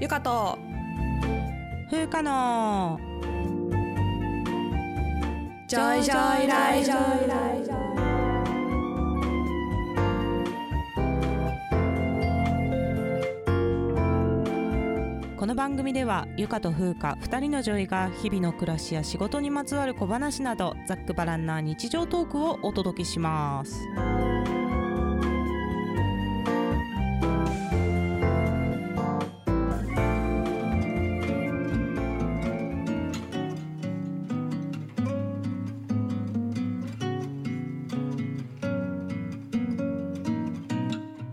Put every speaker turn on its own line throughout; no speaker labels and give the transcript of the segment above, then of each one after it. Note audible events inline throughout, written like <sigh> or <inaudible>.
ゆかと
風花の
ジョイジョイライジョイライ
この番組ではゆかと風花2人のジョイが日々の暮らしや仕事にまつわる小話などざっくばらんな日常トークをお届けします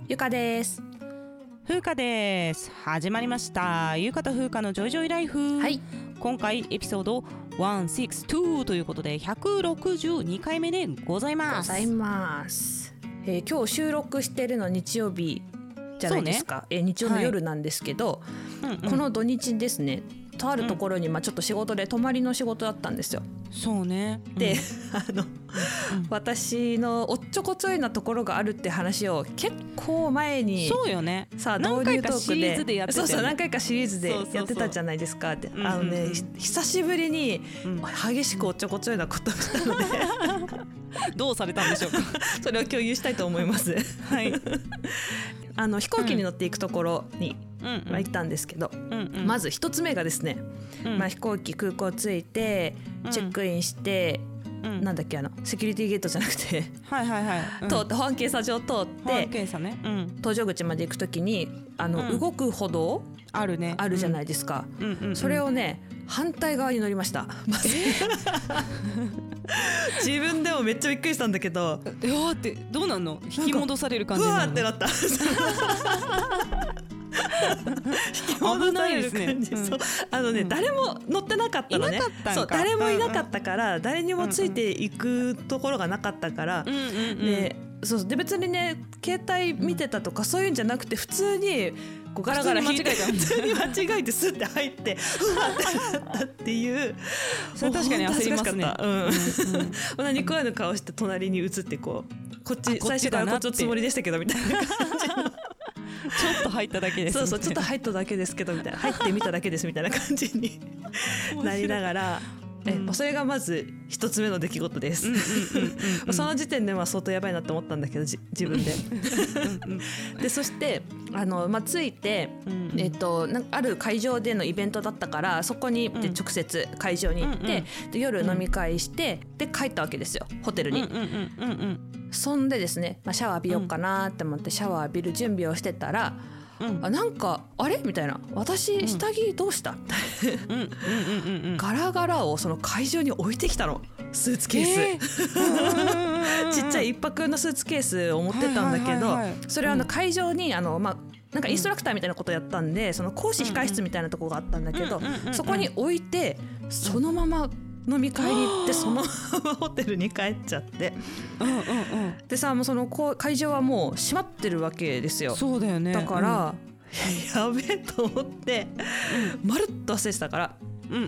ゆかです
風花です始まりましたゆかと風花のジョイジョイライフ
はい
今回エピソード162ということで162回目でござい
ご
ます
ざいます、えー、今日収録してるの日曜日じゃないですか、えー日曜の夜なんですけど、
うんうん
この土日ですねとあるところに、まあ、ちょっと仕事で泊まりの仕事だったんですよ。
そうね
で、 <laughs> あの、私のおっちょこちょいなところがあるって話を結構前
うん
に
そうよね
さあ
何
導
回
入
か
トーク
シリーズでや
で
ってた
そ
よ
うそう
ね
何回かシリーズで
そうそうそう
やってたじゃないですかって
んうんうん
あのねひ久しぶりに
うん
激しくおっちょこちょいなことをしたので
<laughs> どうされたんでしょうか
それを共有したいと思います
<laughs> はいうん
あの飛行機に乗っていくところに
うん
まあ行ったんですけど
うんうん
まず一つ目がですね
うん
まあ飛行機空港着いて
うん
チェックインして
うん
なんだっけあのセキュリティゲートじゃなくて
はいはいはい
通って保安検査場通っ
で
て
検査ねうん
搭乗口まで行くときにあの、
うん
動く歩道
あるね
あるじゃないいですか、
うんうんうん
それをね反対側に乗りました、まず <laughs> 自分でもめっちゃびっくりしたんだけど
うわーってどうなんの引き戻される感
う
じ
わ
な
ーって
の
なった <laughs>
危ないです
戻される
ね
感じそう
うん
あのね、
うん
誰も乗ってなかったのね
いなかったんか
そう誰もいなかったから、誰にもついていくところがなかったから、
うんうんうん
でそうそうで別にね携帯見てたとかそういうんじゃなくて普通にこうガラガラ引いて
普
普
通
通に間違えてスッて入ってうわってなったっていう
それ確かに焦りま
もう本当恥ずかし
すね
かった
うんうん
うん何怖いの顔して隣に移ってこうこっ
あこっ
ち
ち
最初から
だ
こっ
なっ
ち
て
<laughs> のつもりでしたけどみたいな
ちょっと入っただけです
そうそうちょっと入っただけですけどみたいな入ってみただけですみたいな感じになりながら、え
うん
まあそれがまず一つ目の出来事です。まあその時点では相当やばいなと思ったんだけどじ自分で。でそしてあの、まあ、着いて、えっとなんかある会場でのイベントだったからそこに行って
うん
直接会場に行って、
うん
で夜飲み会して、で帰ったわけですよホテルに。そんでですね、まあ、シャワー浴びようかなって思ってシャワー浴びる準備をしてたら、あなんかあれみたいな私下着どうした、みたいなガラガラをその会場に置いてきたのスーツケース。ちっちゃい一泊用のスーツケースを持ってたんだけど、
はいはいはいはい
それはあの
うん
会場にあのまあなんかインストラクターみたいなことやったんで、その講師控室みたいなとこがあったんだけど、
うんうんうんうん
そこに置いてそのまま飲み会に行って、そのま <laughs> まホテルに帰っちゃってでさもうそのこう会場はもう閉まってるわけですよ
そうだよね
だから、やべえと思って、まるっと忘れてたから
うんう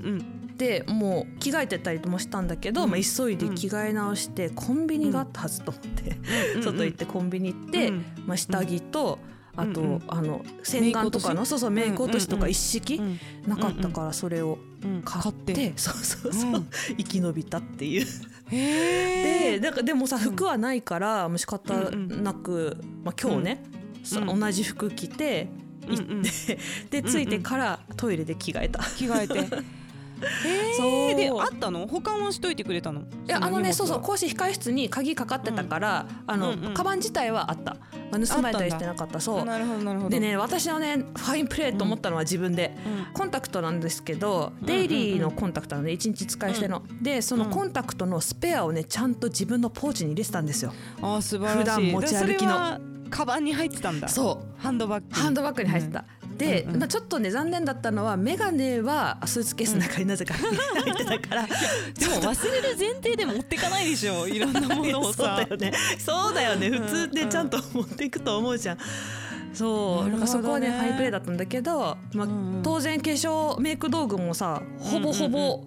ん
でもう着替えてたりもしたんだけど、まあ、急いで着替え直して、コンビニがあったはずと思って、
うん
外行ってコンビニ行って、
うん
まあ、下着と、あと、
うんうん
あの洗顔とか
メイク落と
の
し
そうそうメイク落としと
うんうん
か
うん
一式、
うん
なかったからそれを
うん
買
買
っ,、
ってて
そうそうそう、
うん
生き延びたっていう。で
へ
なんかでもさ服はないからもう仕方なく、まあ、今日ね、さ
うん
同じ服着て。
うんうん
で
ん
着いてからトイレで着替えた。
着替えて
<laughs> そ
え
う
ーであったの保管はしといてくれたの
いやあのねそうそう
こ
講師控室に鍵かかってたから、あの、
うんうん
カバン自体はあった、まあ、盗まれたりしてなかったそう
なるほどなるほど
でね私のねファインプレーと思ったのは自分で、
うん
コンタクトなんですけど、
ん
デイリーのコンタクトなので1日使い捨ての、でそのコンタクトのスペアをねちゃんと自分のポーチに入れてたんですよ、
あー素晴
普
らしい
段持ち歩きの
でそれはカバンに入ってたんだ
そう
ハンドバッグ
ハンドバッグに入ってた、で、
うんうん
まあ、ちょっとね残念だったのはメガネはスーツケースの中になぜか入ってたから、
でも忘れる前提で持ってかないでしょいろんな
<laughs>
ものを
そうだ
さ
よねそうだよね普通でちゃんと持っていくと思うじゃんそう
な
なん
るほどね
かそこはねファインプレーだったんだけど、まあ
うんうん
当然化粧メイク道具もさほぼほぼ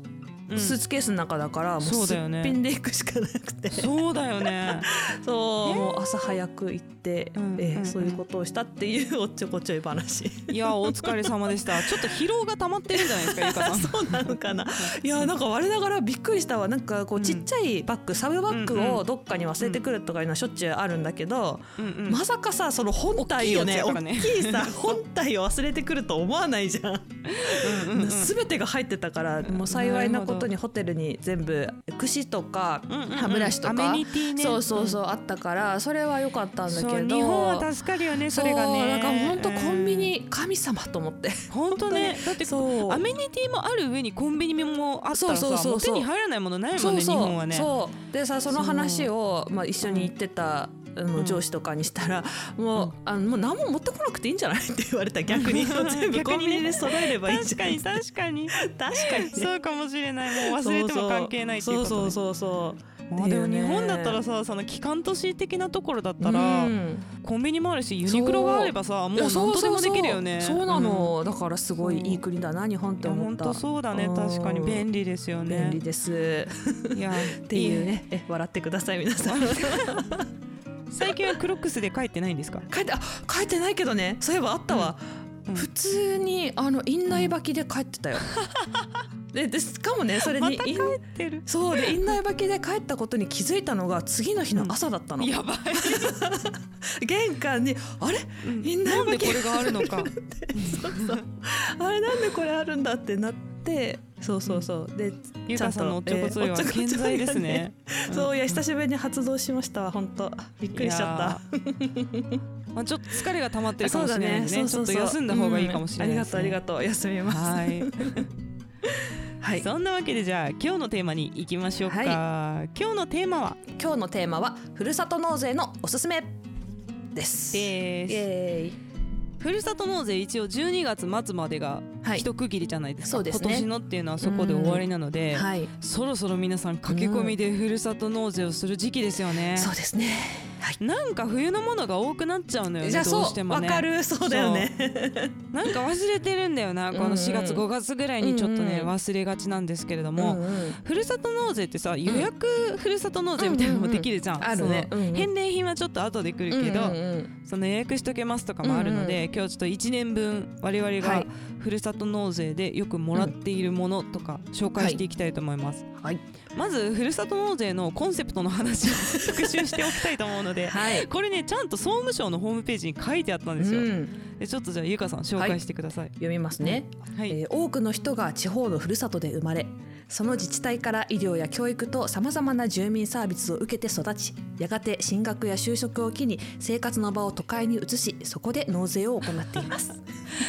うん
スーツケースの中だからもう
そう
す
だ
っ
よね
ぴんで行くしかなく
<laughs>
てそう,、
そうだよね
もう朝早く行って、
うん
ええ
うんうん
そういうことをしたっていうおっちょこちょい
<laughs>
話
いやお疲れ様でしたちょっと疲労が溜まってるんじゃないですかゆかさん
<laughs> そうなのか
<laughs>
ないやなんか我ながらびっくりしたわなんかこ
う
うんちっちゃいバッグ、サブバッグをどっかに忘れてくるとかいうのはしょっちゅうあるんだけど、
うんうん
まさかさその本体をね大
大きいやつだからね
きいさ本体を忘れてくると思わないじゃん。
うんうんうん
全てが入ってたからもう幸いなことにホテルに全部櫛とか
うんうんうん
歯ブラシとか、
アメニティね
そうそうそううあったからそれは良かったんだけど
そう日本は助かるよねそれが
そう
ね
なんか本当コンビニ神様と思って
うん本当ねだって
そう
アメニティもある上にコンビニもあった
そ
らさ
うそうそうそう
もう手に入らないものないも
そ
ん
う
ね
そう
日本はね
そうでさその話を、まあ、一緒に行ってた、あ
うん
の上司とかにしたら、も
う
うんあのもう何も持ってこなくていいんじゃない <laughs> って言われた逆
<laughs>
に全部コンビニで揃えればいいじ
確
ゃ
か
ん <laughs>
に確かに
確かにね
そうかもしれないもう忘れても関係ないっていうことね
そうそうそうそう
まあでも
だ
日
よね
本だったらさその機関都市的なところだったら、
うん
コンビニもあるしユニクロがあればさもう
いや
何
そう
とでもできるよね
そうそうそうな、の、だからすごい
そう
いい国だな日本っ
うん
て
いや
思
本
った
当そうだね
ん
確かに便利ですよね
便利です
いやっ
っていうねえ笑ってください皆さん
最近はクロックスで帰ってないんで
<laughs>
すか
書いてあ書いてないけどねそういえばあったわ、
うんうん
普通にあの院内履きで帰
<laughs>
ってたよででしかもねそれ
ま
に
た帰
院
ってる
そうで院内履きで帰ったことに気づいたのが次の日の朝だったの、
やばい、
玄関にあれ
うん
みんな
な
や
ん
ば
で
い
これがあるのか
あれなんでこれあるんだってなってそうそうそうで
ゆかさんのおっちょこちょいは
ちゃんとえー
健在ですね、うん
そういや久しぶりに発動しましたわ本当びっくりしちゃった
いやーまあちょっと疲れが溜まってるかもしれないんでねちょっと休んだ方がいいかもしれないですね、
ありがとうありがとう休みますは
はい
い
そんなわけでじゃあ今日のテーマに行きましょうか、
はい
今日のテーマは
今日のテーマはふるさと納税のおすすめですイ
です
エーイ
ふるさと納税一応12月末までが
はい
一区切りじゃないですか、
そうですね
今年のっていうのはそこで終わりなので、
はい
そろそろ皆さん駆け込みでふるさと納税をする時期ですよね、
そうですねはい
なんか冬のものが多くなっちゃうのよね
じゃあ
どう
そ
して
う
も
わ
ね
かるそうだよね
なんか忘れてるんだよなこ
うんう
の
ん
4月5月ぐらいにちょっとね、
うんうん
忘れがちなんですけれども、
んん
ふるさと納税ってさ予約ふるさと納税みたいなのもできるじゃん、
うんうんうんあるね
その
うんうん
返礼品はちょっと後で来るけど、
うんうん
その予約しとけますとかもあるので、今日ちょっと1年分我々
は
が
い
ふるさと納税でよくもらっているものとか紹介していきたいと思います、
うんはい
まずふるさと納税のコンセプトの話を復習しておきたいと思うので
はい
これねちゃんと総務省のホームページに書いてあったんですよ、
うん
でちょっとじゃあゆかさん紹介してください、
読みますね
はい
えー多くの人が地方のふるさとで生まれその自治体から医療や教育とさまざまな住民サービスを受けて育ちやがて進学や就職を機に生活の場を都会に移しそこで納税を行っています
<laughs>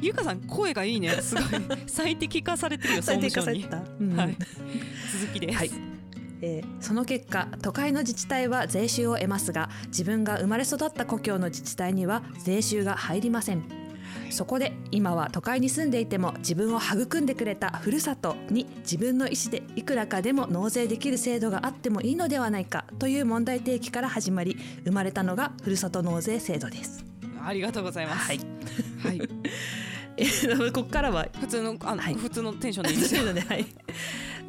ゆかさん声
<laughs>
がいいねすごい最適化されてるよ総務省に、
うん
はい、続きです、
はいえーその結果都会の自治体は税収を得ますが自分が生まれ育った故郷の自治体には税収が入りませんそこで今は都会に住んでいても自分を育んでくれたふるさとに自分の意思でいくらかでも納税できる制度があってもいいのではないかという問題提起から始まり生まれたのがふるさと納税制度です。
ありがとうございます
はい、
はい、
<laughs> ここからは
普通のあの、
はい
普通のテンションでい
<laughs>
いですよ
ので、はい、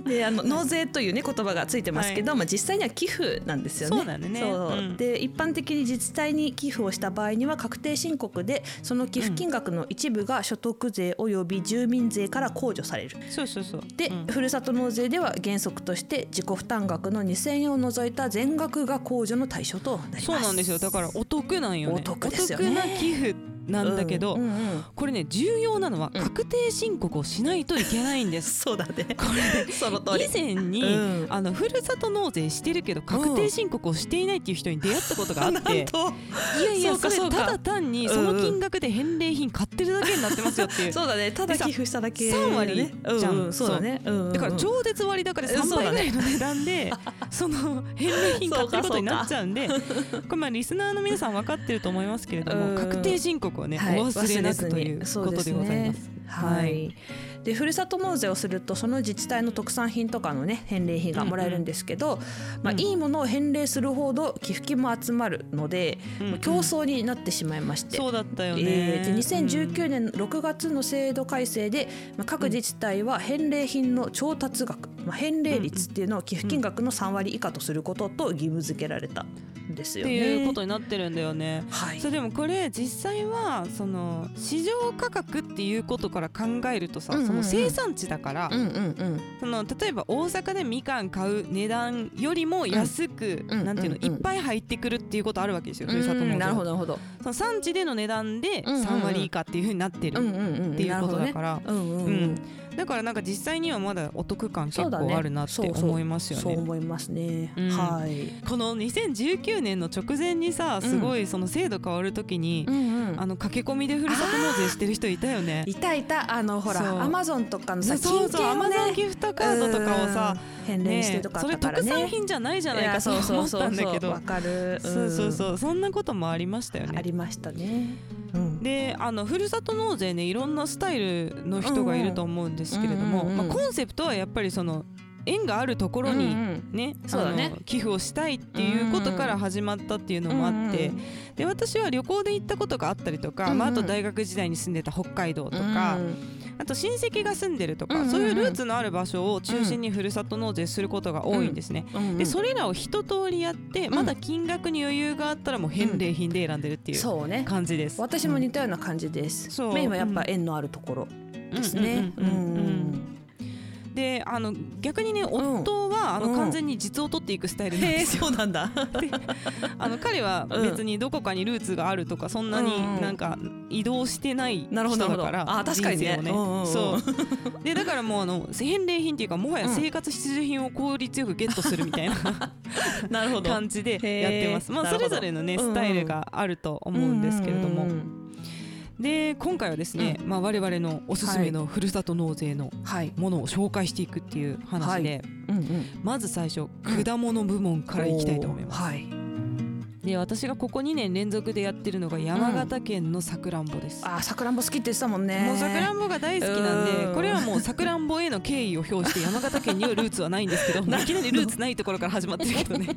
であの納税というね言葉がついてますけど、まあ実際には寄付なんですよね。
そうなんだね
そう
うん
で一般的に自治体に寄付をした場合には確定申告でその寄付金額の一部が所得税および住民税から控除される。
そうそうそう
で、
うん
ふるさと納税では原則として自己負担額の2,000円を除いた全額が控除の対象となります。
そうなんですよだからお得なんよね
お得ですよね
お得な寄付なんだけど、
うんうんうん
これね重要なのは
うん
確定申告をしないといけない
<laughs>
んです、
そうだね。
これ
その通り
以。前に、
うん
あのふるさと納税してるけど確定申告をしていないっていう人に出会ったこ
<laughs>
とがあって
と
いやい
そう
やそ
か
れ
そうか
ただ単にその金額で返礼品買ってるだけになってますよってい
<laughs>
う
そうだね。ただ寄付しただけ、ね。
三割じゃん
ううそうだね。うんうんうん
だから超絶割高で
うん
3
そう
倍
だ
ぐら
ね
いの値
<laughs>
段でその返礼品買ってることになっちゃうんでこれまあリスナーの皆さん分かってると思いますけれど
う
も
ん
確定申告をねお
はい
忘れなく
忘
と
れ
いう
ずに
ことでござい
そうで
ます。
すねはい、でふるさと納税をするとその自治体の特産品とかのね返礼品がもらえるんですけど、まあ、いいものを返礼するほど寄付金も集まるので、
うんうん
まあ競争になってしまいまして。
そうだったよね、
えーで2019年6月の制度改正で、まあ、各自治体は返礼品の調達額、まあ、返礼率っていうのを寄付金額の3割以下とすることと義務付けられたんです
うん
よ
っ
ね。
ていうことになってるんだよね
はい
それでもこれ実際はその市場価格っていうことから考えるとさ、
うんうんうん
その生産地だから、
うんうん
その例えば大阪でみかん買う値段よりも安く、
うん
なんていうの、
うんうんうん
いっぱい入ってくるっていうことあるわけですよ、
う
ふるさと納税
ん。
は
なるほどなるほど。
その産地での値段で
うんうんうん
3割以下っていうふうになってる
うん
っ
うんうん。。
ていうことだからら、
うんうん
う
うんん。
だからなんか実際にはまだお得感結
そうだね
構あるなって
そうそう
思いますよね。
そう思いますね。
うん
はい。
この2019年の直前にさすごいその制度変わる時に、
ん
あの駆け込みでふるさと納税してる人いたよね。
いたいたあのほ
そう
らアマゾンとかの
そ
さ
うそうそう、
金券
ア
を
マ
ね
ゾンギフトカードとかをさ、
うん返礼して
ね
るとかあ
そ
っ
れ
たから
特
ね。
産品じゃないじゃない
い
か
や
と
そうそ
思
う
った
そ
ん
う
だ
そ
け
う
ど
わ。かる。
そうそう
う
そう、そんなこともありましたよ
ん。あ
ね。
りましたね。うん。
であのふるさと納税ねいろんなスタイルの人がいると思うんですけれども、
うんうんうんうん
まあ、コンセプトはやっぱりその縁があるところ
うんう
に
ん
ね,、
そうだね
あの寄付をしたいっていうことから始まったっていうのもあって、
うんうん
で私は旅行で行ったことがあったりと
う
か、
んうん
まあ、あと大学時代に住んでた北海道とか、
うん
あと親戚が住んでるとか、
うんうんうん
そういうルーツのある場所を中心にふるさと納税することが多いんですね。
うんうん
でそれらを一通りやってまだ金額に余裕があったらもう返礼品で選んでるっていう
そうね。
感じです。
私も似たような感じです。
そう
メインはやっぱ縁のあるところですね。
うんうんうんうん
うん
であの逆にね
ん
夫は、あ
う
の
ん
完全に実を取っていくスタイルなん
へ
で
え
すよ。
そうなんだ。
<laughs> あの彼は
うん
別にどこかにルーツがあるとかそんな
うんう
に
ん
なんか移動してない人
なるほど
だ
な
から
るほどあ確かにね
人生
うん
を
うんうん
そうでだからもうあの返礼品っていうかもはや生活必需品を効率よくゲットするみたいな
なるほど。
感じでやってます。
へー
まあ
な
そ
るほ
れ
ど
ぞれのねスタイルがあると思うんですけれども、
うんうん
で今回はですね、まあ我々のおすすめのふるさと納税の
うんはい。
ものを紹介していくっていう話で、
うんうん。
まず最初果物部門からいきたいと思います。
おーはい。
で私がここ2年連続でやってるのが山形県のさくらんぼです、
あー、さくらんぼ好きって言ってたもんね。
もうさくらんぼが大好きなんで
うん
これはもうさくらんぼへの敬意を表して山形県にはルーツはないんですけ <laughs> どもういきなりルーツないところから始まってるけど <laughs> ね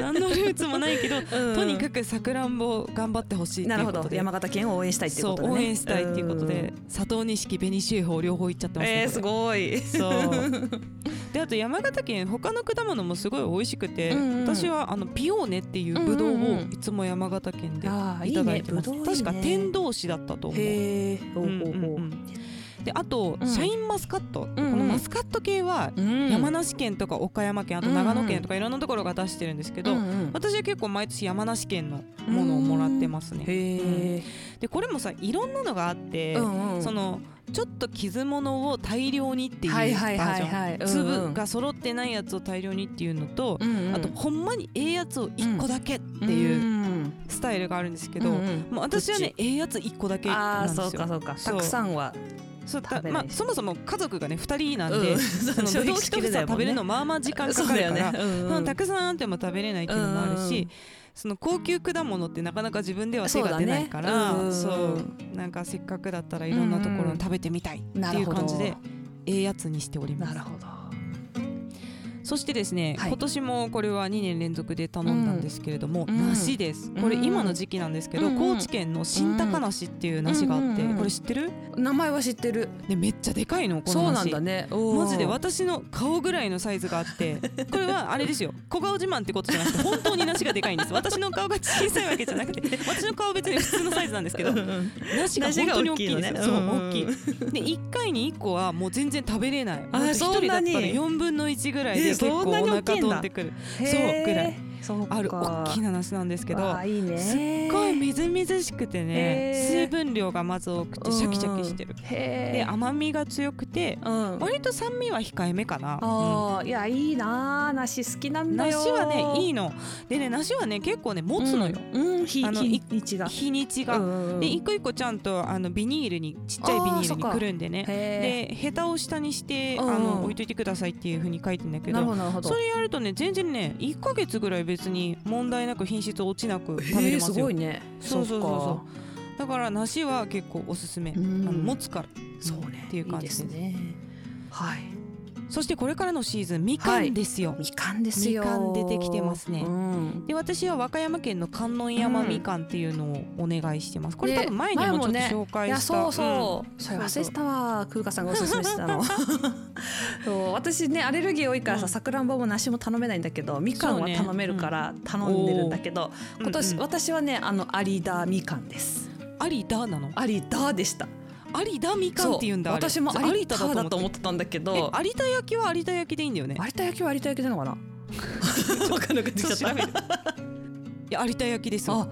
何のルーツもないけど、
うん
とにかくさくらんぼ頑張ってほしいって
ないる
う
ほ
こと
ど。
で
山形県を応援したいっていうこ
そ
と
う
でね。
応援したいっていうことで佐藤錦紅秀峰両方行っちゃって
うん。
ますね、
えー、すごい。
そう <laughs> であと山形県他の果物もすごい美味しくて、
うんうん
私はあのピオーネっていうブドウ
うん
を
うんうん
いつも山形県で
あー
いただいてます
いいねぶどういい
確
ね
か天童市だったと思うで
へえ。ほうほうほ
うんうんあと、
うん
シャインマスカット、
うんうん
このマスカット系は
う。うん
山梨県とか岡山県あと
うんうん
長野県とかいろんなところが出してるんですけど、
うんうん
私は結構毎年山梨県のものをもらってます
へ
ね。
え。
でこれもさいろんなのがあって、
うんうん
そのちょっと傷物を大量にっていうバ
は
ージ
い
ョン、
はいはいはいうんう
粒
ん
が揃ってないやつを大量にっていうのと、
うんうん
あとほんまにええやつを1個だけっていううスタイルがあるんですけど、
うんうん
もう私はねええやつ1個だけ
あ
な
あ
んですよ
そうかそうか
そ
た
う
くさんは
そうだ
食べな
まあ
い、
そもそも家族がね2人なんで、
うん
そ
<laughs>
の
消
ぶどう
費しき
1
れ
房
ないも
食
んね
べるのまあまあ時間かかるから、
そうだよねうん
そのたくさんあっても食べれないっていうのもあるし、
うんうん
その高級果物ってなかなか自分では手が出ないからそう,、
そうだねうんうん
なんかせっかくだったらいろんなところに食べてみたいっていう感じ
な
で
るほ
ええやつにしており
な
ます
る。ほど
そしてですね、
はい
今年もこれは2年連続で頼んだんですけれども、
うん
梨ですこれ
うん
今の時期なんですけど、
うんうん
高知県の新高梨っていう梨があって、
うんうん
これ知ってる
名前は知ってる
でめっちゃでかいのこ
そ
の梨
うなんだねおー
マジで私の顔ぐらいのサイズがあってこれはあれですよ小顔自慢ってことじゃなくて本当に梨がでかいんです私の顔が小さいわけじゃなくて私の顔は別に普通のサイズなんですけど梨が本当に大きいんです
梨
よ、
が
そう大
大
き
き
い
い
で
のね
1回に1個はもう全然食べれない
あ
1
そ
人
ん
だ
な
ったら
に
4分の1ぐらい
え
で結構お
そんなに大
腹
きいんだ
飛んでくる
へー
そうぐらい
そうか
ある大きな梨なんですけど
わあいいね
すっごいみずみずしくてね
へー
水分量がまず多くてシャキシャキしてる
うんへ
で
え
甘みが強くて
うん
割と酸味は控えめかなうん
あーいやいいなー梨好きなんだよ
梨はねいい
い
のでね梨はね結構ね持つのよ、
うん日
あの
日
い
日が
日にちが、で一個一個ちゃんとあのビニールにちっちゃいビニ
あー
ール
そっ
に
か
くるんでね
で
でヘタを下にして、
うん
あの置いといてくださいっていう風に書いてんだけ
なる
ど
ほどなるほど
それやるとね全然ね1ヶ月ぐらい別に問題なく品質落ちなく食べ
へ
れ
え
ますすよ、
ごいね
そうそうそうそうだから梨は結構おすすめ、
うん
あの持つから
そうね
っていう感じです
いいですねはい
そしてこれからのシーズンみかんですよ、
みかんですよ
みかん出てきてますね
うん
で私は和歌山県の観音山みかんっていうのをお願いしてます、これ多分前にもちょっと
ね
紹
い
介
や
した、
そうそう、それ忘れてたわ空華さんがおすすめしてた <laughs> のそう私ねアレルギー多いから
う
さ
ん
さくらんぼも梨も頼めないんだけどみかん
そう
は
ね
頼めるから頼んでるんだけど、
うん
今年、
うんうん
私はねあのアリダみかんです
うんアリダなの
アリダでした
アリダみかんって言うんだ
そう
あれ
私もアリダだと思
っ
ってたんだけ
たえ
ど
有田焼きは有田焼きでいいんだよね
有田焼きは有田焼きなのかなわかんなくなってき <laughs> ちゃっ
ちょ
た
<laughs> っと調べるいや有田焼きですよ
あ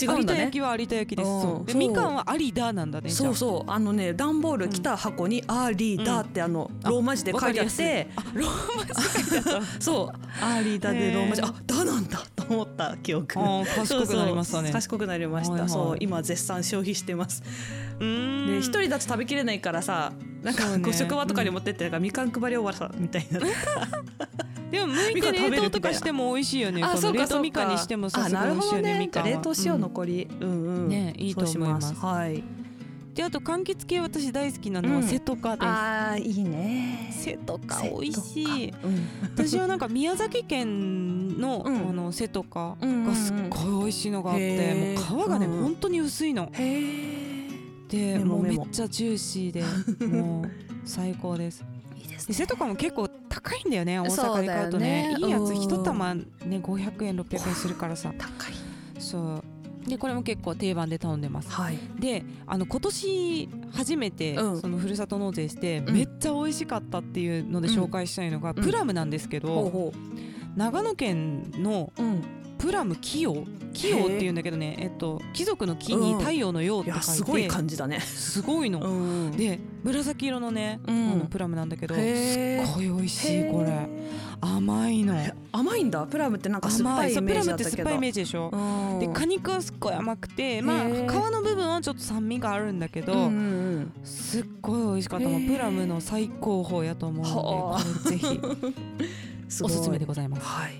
違うんだ
有田
ね
焼きは有田焼きです
うん
そうで
そう
みかんは有田なんだね
そうそうあのね段ボール来た箱に「アーリーダ」ってあのローマ字で
わ
書
か
い
り
てあ
や
っ
す
て
いあローマ字書いてあった
<laughs> そうアーリーダでローマ字
へー
あダなんだと思った記憶
あー賢くなりまし
そう
たね
そう賢くなりました、
はいはい
そう今絶賛消費してます
うーん
で一人だと食べきれないからさなん
そ
か
うね
こう職場とかに持ってってなんかみかん配り終わらさみたいな
でも剥い
みかん
て
食べる
冷凍とかしても美味しいよねこの冷凍みかんにしてもさ
あ
すごい
な
美
る
味しい
ほど
よ
ね
ねみかんは
冷凍しよう
うん
残りうんうん
ねいいと思います
そうしはい
であと柑橘系私大好きなの
う
は
ん
瀬戸かで
あーいいね
す瀬戸か美味しい
うん
私はなんか宮崎県の,、
うん
あの瀬とか
うんうんうん
がすっごい美味しいのがあって、
へー
もう皮がね、
うん
本当に薄いの
へえ
で
メモ
もうめ
メモ
っちゃジューシー
<laughs>
でもう最高です
いいです
で瀬とかも結構高いんだよね大阪で買うと
そ
ね
うだよね
いいやつ
うん
一玉ね500円600円するからさ
高い
そうでこれも結構定番で頼んでます
はい
であの今年初めて、
うん
そのふるさと納税して、
うん
めっちゃ美味しかったっていうので紹介したいのが、プラムなんですけど、
ほ
長野県の
ううん
プラムキヨキヨっていうんだけどねえっと貴族の木に
うん
太陽の陽っ
い
て書い
や
て
すごい感じだね
すごいの、
ん
で紫色のね、
うん
あのプラムなんだけどすっ
へー
ごい美味しい
へー
これ甘いの
甘いんだプラムってなんか酸っ
甘
ぱ
い
いイ
そう
メ
プ
ー
ラ
ジだ
ム
っ
っ
てた
酸
け
っ
ど
ぱいイメージでしょ
うん
で果肉はすっごい甘くてまあ
へ
皮
ー
の部分はちょっと酸味があるんだけど、
うんうんうん
すっごい美味しかったもう
へー
プラムの最高峰やと思う
はあ
の
<laughs>
でこれぜひ
す
お
ごい
すすめでございます
はい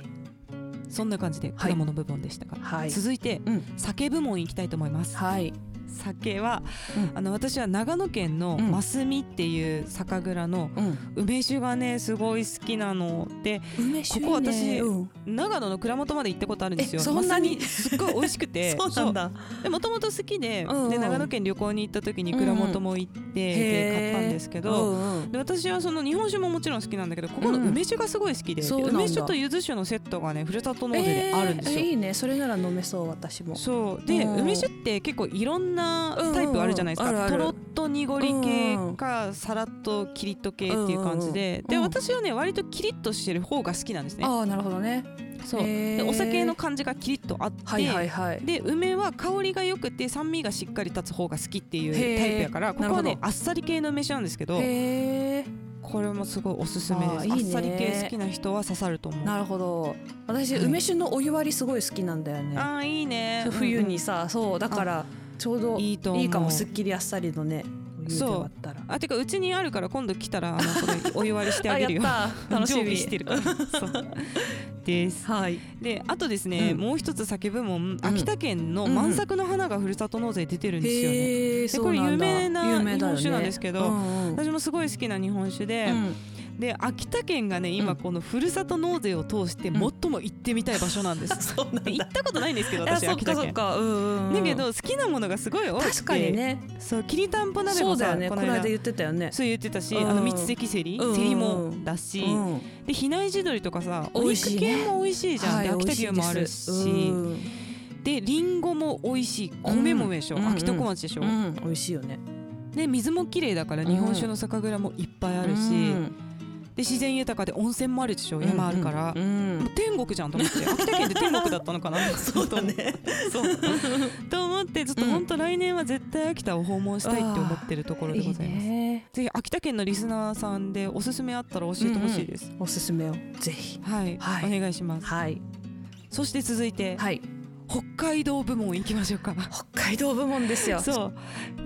そんな感じで果物部分でしたが、
はい
続いて
うん
酒部門行きたいと思います
はい
酒は、
うん
あの私は長野県の
うん
ますみっていう酒蔵の
うん
梅酒がねすごい好きなので
梅
酒いいねここ私
うん
長野の蔵元まで行ったことあるんですよ
えそんなに
ますみすっごい美味しく
<laughs>
て
そうなんだ
そうでもともと好きで,、
うんうん
で長野県旅行に行った時に蔵元も行って、
へ
で
ー
買ったんですけど、
うんうん
で私はその日本酒ももちろん好きなんだけどここの
うん
梅酒がすごい好きで,で、
そうなんだ
梅酒と柚子酒のセットがねふるさと納税であるんですよ。
えーいいねそれなら飲めそう私も
そうで、
うん
梅酒って結構いろんなタイプあるじゃないですか、
うんうんうんあ
と
る
ろ
あ
っ
る
と濁り系か、さらっとキリッと系っていう感じで、
うんうんうん
で私はね割とキリッとしてる方が好きなんですね
ああなるほどね
そう
へ
で
ー
お酒の感じがキリッとあって、
はいはいはい
で梅は香りが良くて酸味がしっかり立つ方が好きっていうタイプやから
へー
ここは
なる
ね
ほ
あっさり系の梅酒なんですけど
へえ
これもすごいおすすめで
あ
すあ
ーいいね
っさり系好きな人は刺さると思う
なるほど私
はい
梅酒のお湯割りすごい好きなんだよね
あーいいね
そう冬にさ、そうだからちょうど
い
い
いと思う
いかもすっきりあっさりのねお湯で
そう
割ったら
あてかうちにあるから今度来たらあのこれ
<laughs>
お湯割りしてあ
あ
げる
や
よ
った楽しみ
<laughs> 常備してるからそうです
はい
であとですね、
うん
もう一つ酒部門秋田県の満作の花がふるさと納税出てるんですよね、
へえ
でこれ有名な日本酒なんですけど
うんうん
私もすごい好きな日本酒で、 <laughs> で秋田県がね
う
今
ん
このふるさと納税を通して最
ん
も行ってみたい場所なんで
<laughs>
す、
そうなんだ
で行ったことないんですけど
いや
私
そっ
秋
かそ
田
っ
県だ
かうんうんうん
けど好きなものがすごい多くて
確かにね
そうきりたんぽ鍋
そ
も
うだ
さ
よねこ
こ
の
の間
間言ってたよね
そう言ってたし、
うん
あの三関セリ、
うん
セリもだし、
うん
で比内地鶏とかさお
美味し
肉
いね
系も美味しいじゃん、
はい
で秋田牛もあるし
美味いです
でりんごも美味しい米もうめでしょ、
うん
秋田小町でしょ、
うんうん美味しいよね
で水も綺麗だから
うん
日本酒の酒蔵もいっぱいあるし、
うん
で自然豊かで温泉もあるでしょ山あるから、
うんうん
もう天国じゃん
<laughs>
と思って秋田県で天国だったのかなそうだねそう <laughs> と思ってちょっと
うん
本当来年は絶対秋田を訪問したいって思ってるところでございます
いいね
ぜひ秋田県のリスナーさんでおすすめあったら教えてほしいです、
おすすめをぜひ
はい、
はい
お願いします
はい
そして続いて、
はい
北海道部門行きましょ
<laughs>
うか。
北海道部門ですよ。
そ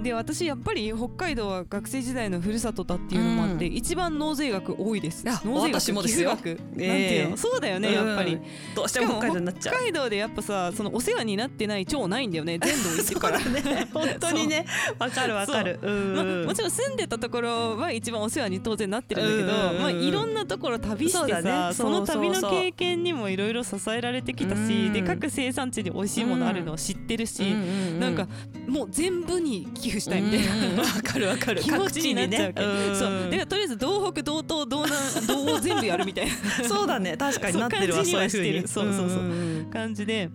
うで私やっぱり北海道は学生時代のふるさとだっていうのもあって、
うん
一番納税額多いです
いや
納税
私も
額
です
寄付
よ
額、なんて
ええ
いうのそうだよね、やっぱ
う
り
んどうしても北海道になっちゃう
北。海道でやっぱさそのお世話になってない町ないんだよね全部行ってるから
そうだね本当にねわかるわかる。うん
まあ
うん
もちろん住んでたところは一番お世話に当然なってるんだけど、
うんうんうん
まあ、いろんなところ旅して
そうだ
さそ,、
ねそう
の旅
そうそ
の
う
経験にもいろいろ支えられてきたし、
うん
で各生産地に美味しいものあるのを知ってるし、
うんうんうん
なんかもう全部に寄付したいみたいな。
うんわかるわかる。
気持ちになっちゃうけど、
各地にね
そうだからとりあえず道北道東道南道を全部やるみた
う
い
ん <laughs> そうだね確かになってるわ
そう
そういうふうに。
感じにはしてるそうそうそうん
んん
な感じで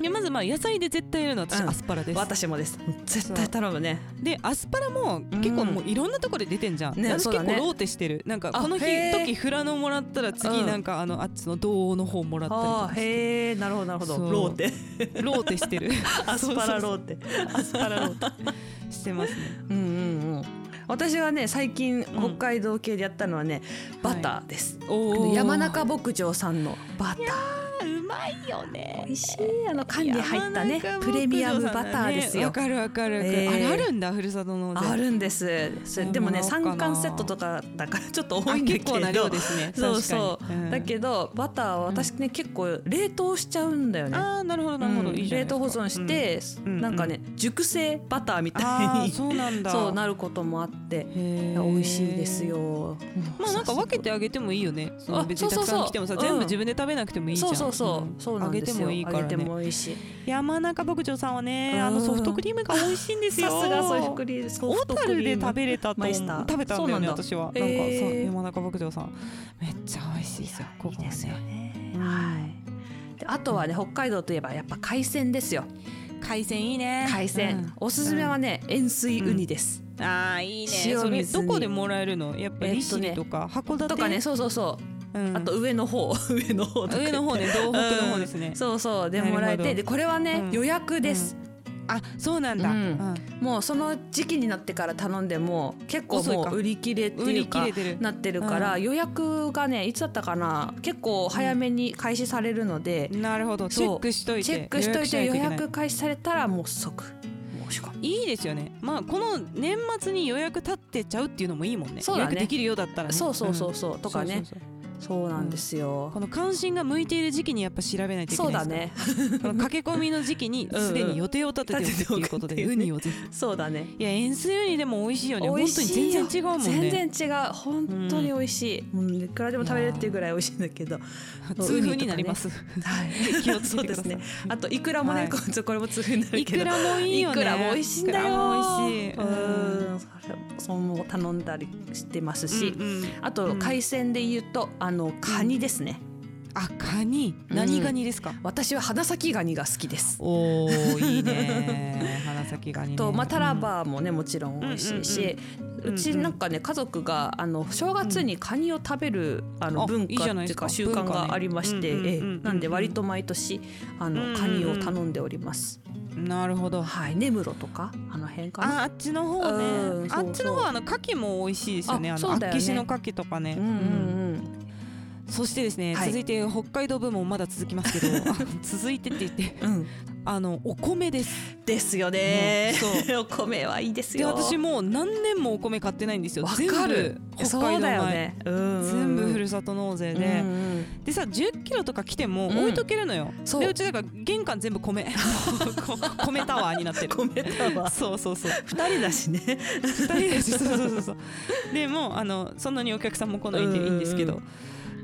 でまずまあ野菜で絶対やるのは私
うん
アスパラです、
私もです絶対頼むね
でアスパラも結構もういろんなところで出てんじゃん、
ね
私
そう
結
だ
構
ね
ローテしてるなんかこの日
あへー
時フラノもらったら次
うん
なんかあのあっちの道央の方もらったりと
あ
か
ーへえなるほどなるほど
そう
ローテ
ローテしてる
<laughs> アスパラローテ
アスパラローテしてますね
うんうんうん私はね最近北海道系でやったのはね、バターです、あの
お
山中牧場さんのバター
うまいよね
美味しいあの缶に入ったねプレミアムバターです
わ
よ、
かるわかるわかる、
えー
あれあるんだふるさと納税
あるんですそれ
うん
でもね
もらおうかな
3缶セットとかだからちょっと多
あ
いんだけ
結
ど
構な量ですね
<laughs> そうそう、
確かにん
だけどバターは私ね、結構冷凍しちゃうんだよね
あーなるほどなるほど、
うん
いいじ
冷
ゃないです
凍
か
保存して、
うん
なんかね熟成バターみたい
あー
に
そうなんだ
<laughs> そうなることもあって
へ
い
ー
や美味しいですよ
まあなんか分けてあげてもいいよね。その
あ
別にた
そう
く
そう
さ
そうん
来てもさ、
うん
全部自分で食べなくてもいいじゃん。
そうそうそう、
ん
そうなんですよ
あげてもいいから
あげて
ね。
もいいし
山中牧場さんはね、
うん
あのソフトクリームが美味しいんです
さ
よ。
すがソフトクリームソフ
小
トク
樽
リ
で
ーム
食べれたと
マ
思う
イスター
食べたんだ
そうな
よ
ん
ね
だ
私はなんかさ
へー
山中牧場さんめっちゃ美味しいですよこ
い
こ
い
は
ですよ
ね
ね、
うん
はいであとはね北海道といえばやっぱ海鮮ですよ
海鮮いいね
海鮮、おすすめはね塩水ウニです、
うんあーいいね
塩
それ
水に
どこでもらえるのやっぱ
えっとね
利尻とか函館
とかねそうそうそう
うん
あと上の方 <laughs> 上の方とか
上の方ね道北の方です
う
ね
んそうそうでもらえ
なるほ
て
ど
でこれはね、
うん
予約です、
あそうなんだ
う
うんん
もうその時期になってから頼んでも結構
遅
も
いか
う売り切れって
売
い
り
う
切
か
れてる
なってるから、
う
予約がねいつだったかな結構早めに開始されるので、
なるほどチ
そう
ェックしといて
チェックしといて予
なな
約開始されたらもう即申し込む
いいですよねまあこの年末に予約立ってちゃうっていうのもいいもんね
そうだね
予約できるようだったらね
そうそうそ
ん
うそう、とかね
そうそうそう
そうなんですよ、
この関心が向いている時期にやっぱ調べないといけ
そう
な
だ
いです
ね
から <laughs> この駆け込みの時期に
<laughs> うんうん
すでに予定を立てておくっていう
立ててお
ことで
く
ウ
っていうね
ニをぜ
そうだね
ひいや塩水ウニでも美味しいよね
美
本当
味
に
しい
全然違うもんね
全然違う本当に美味しい、うん、いくらでも食べれるっていうぐらい美味しいんだけど
痛風になります
はい、
気をつ
そう
けて
で
ください
すね。あといくらもね、
はい
こいつこれも痛風になる
い
け
く
ど。
らもいいよね
いくらも美味しいんだよ。
いくらも美味しい
うん、それその頼んだりしてますし、
うんうん
あと海鮮で言うとあのカニですね。
あカニ何ガニですか
私は花咲ガニが好きです。
おーいい
<laughs>
ね花咲ガニね
とまあ、タラ
うん
バーもねもちろん美味しいし、うちなんかね家族があの正月にカニを食べるあの
あ
文化
いいじゃない
ってい
で
う
す
か習
か
慣がありまして、
文化ね
ええ
うんうんうんうん
なんで割と毎年あ
うんうんう
の
ん
カニを頼んでおります。
なるほど
はい、根室とかあの辺かな。
ああっちの方ね、
うんそうそう
あっちの方はあの牡蠣も美味しいですよね
あ
あ
そ
の
うだよね
厚岸の牡蠣とかね、
うんうん
そしてですね、
はい
続いて北海道部門まだ続きますけど
<laughs>
あ続いてって言って
うん。うん、
あのお米です
ですよね。
そ
<laughs> お米はいいです
で
よ。
私もう何年もお米買ってないんですよ
わかる
全。部北海道米、
ね。うん
全部ふるさと納税
で、
で、
うんうん
でさ10キロとか来ても
うん
置いとけるのよ、
そう
でうちだから玄関全
<laughs>
部米こ米タワーになってる
米タ
<laughs>
ワー。
そうそうそう
二人だしね。 <laughs>
二人で <laughs> そうそうそうそうでもうあのそんなにお客さんも来ないんでいいんですけ
うん
ど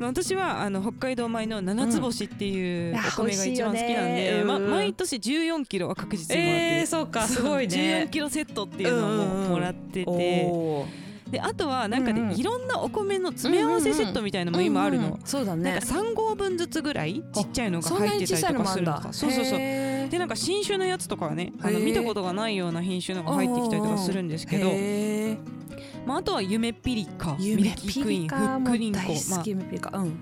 私はあの北海道米の七つ星っていう
うん
お米が一番好き
いや美味し
なん
いよ
で
ね、
ま、
うん
毎年14キロは確実にもらってる、
そうか
14。キロセットっていうの
うんうんうん
ももらって
お
て
ー
であとはなんかね、
うんうん
いろんなお米の詰め合わせセットみたいのも今あるの、
うんうんそうだ
なん
ね
か。3合分ずつぐらいちっちゃいのが
そんな
入
に
って
小
た
さい
り
のも
とか
あ
す
ん
るの
だ
か。そうそうそう
へー
でなんか新種のやつとかはねあの
へー
見たことがないような品種のが入ってきたりとかするんですけど
へー
まあ、あとは夢ピリカ、ミ
夢
ルキ
ピ
ークイ
リ
ーン、フ
カ
ッ
も
ク
大
リンコ、ま
好
あ
き、夢ピリカ。うん。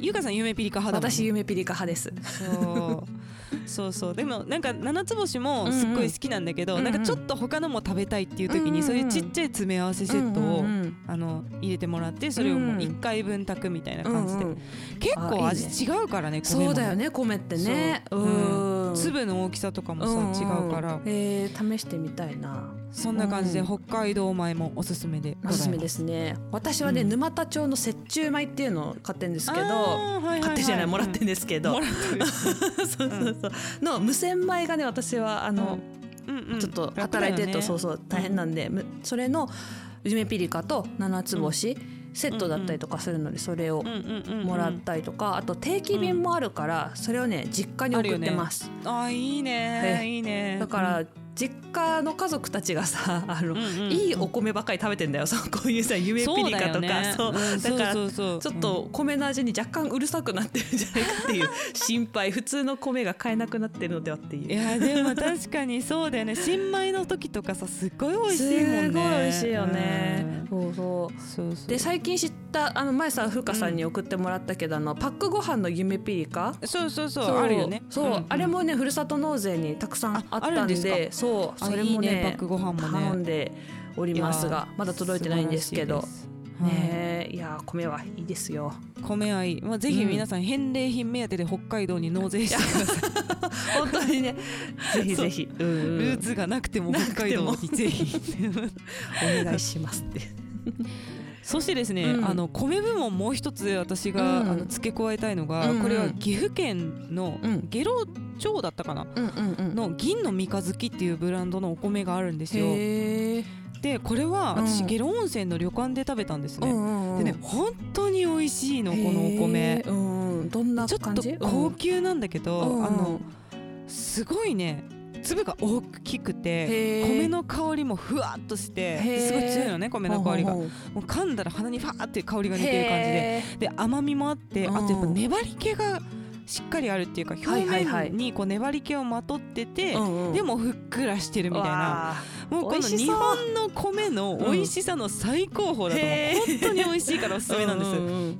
ゆかさん夢ピリカ派だもん
私
ね。
夢ピリカ派です。
そう、そうそう、でもなんか七つ星もすっごい好きなんだけど、
うんうん
なんかちょっと他のも食べたいっていう時に、
うんうん
そういうちっちゃい詰め合わせセットを。
うんうん
あの入れてもらってそれをもう1回分炊くみたいな
うん
感じで、
うん
結
あいい
構
ね
味違うからね米も
そうだよね米ってね
そう
う
うん
んうん
粒の大きさとかもさ、違うから
えー試してみたいな
そんな感じで
うん
北海道米もおすすめで
おすすめですすね私はね、
うん
沼田町の雪中米っていうのを買ってんですけど、
買
買ってじゃないもらってんですけど、
もらってる
そうそうそうの無洗米がね私はあの、
うんうん
ちょっと働いてると、そう
楽
そう大変なんで、むそれの夢ピリカと七つ星、セットだったりとかするのでそれを
だよねうんうんうんうん
もらったりとか、あと定期便もあるから、それをね実家に送ってます、
あいい
は
ね
い
いいね
だか
う
ら
ん
実家の家族たちがさあの、
うんうんうん
いいお米ばっかり食べてんだよそうこういうさ夢ピリカとかそう,、
そ
だ
う
から
よねうんそうそう
ち
そう
ょっと米の味に若干うるさくなってるんじゃないかっていう
<laughs>
心配普通の米が買えなくなってるのではっていう
いやでも確かにそうだよね新米の時とかさすっごい美味しいも
す
んね
ごい美味しいよね、そうそう
うんそうそう
で最近知ったあの前さふうかさんに送ってもらったけど、あのパックご飯の夢ピリカ
そうそうそうあるよね
そう、
んん
あれもねふるさと納税にたくさんあ
あ
った
ある
ん
ん
で
ですか
そう
あ
それもね
いいねパックご飯もね
頼んでおりますがまだ届いてないんですけど
素晴らしいですはい
ねえいやー米はいいですよ
米愛、まあ、ぜひ皆さん返礼品目当てで北海道に納税してください、
本当にね <laughs> ぜひぜひうんうん
ルーツがなくても北海道にぜひ
お願いしますって
<laughs> そしてですね、
うん
あの米部門もう一つ私が、
うん
あの付け加えたいのが、
うんうん
これは岐阜県の
うん
下呂町だったかな、
うんうんうん
の銀の三日月っていうブランドのお米があるんですよ
へえ、
でこれは
うん
私、下呂温泉の旅館で食べたんです
う
ね、
んうんうん
でね本当に美味しいのこのお
へ
米
ーうんうんどんな
ちょっ
感
と
じ
高級なんだけど、
うん
あのすごいね粒が大きく
へ
て
ー
米の香りもふわっとして
へー
すごい強いのね米の香りが
ほ
も
うほうほ
う噛んだら鼻にファーって香り
う
が抜ける感じで
へ
で甘みもあって
うん
あとやっぱ粘り気がしっかりあるっていうか
は
表
いはいはい
面にこう粘り気をまとってて
ーうんうん
でもふっくらしてるみたいな
わ
もうこ
美
の
味しそう
日本の米の美味しさの最高峰だと思う
へー
本当に美味しいからおす
ー
すめなんです
ううん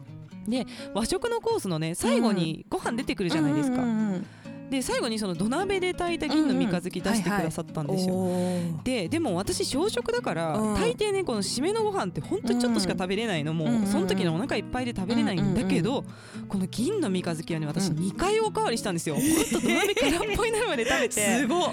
和食のコースのね最後にご飯出てくるじゃないですか
うんうんうん
で最後にその土鍋で炊いた銀の三日月出してくださったんですよ。
おー
ででも私小食だから、
うん
大抵ねこの締めのご飯ってほんとちょっとしか食べれないの、もう、
うんうん
その時のお腹いっぱいで食べれないんだけど、この銀の三日月はね私
うん
2回おかわりしたんですよ、ほんと土鍋空っぽになるまで食べ
<laughs>
て
すごっ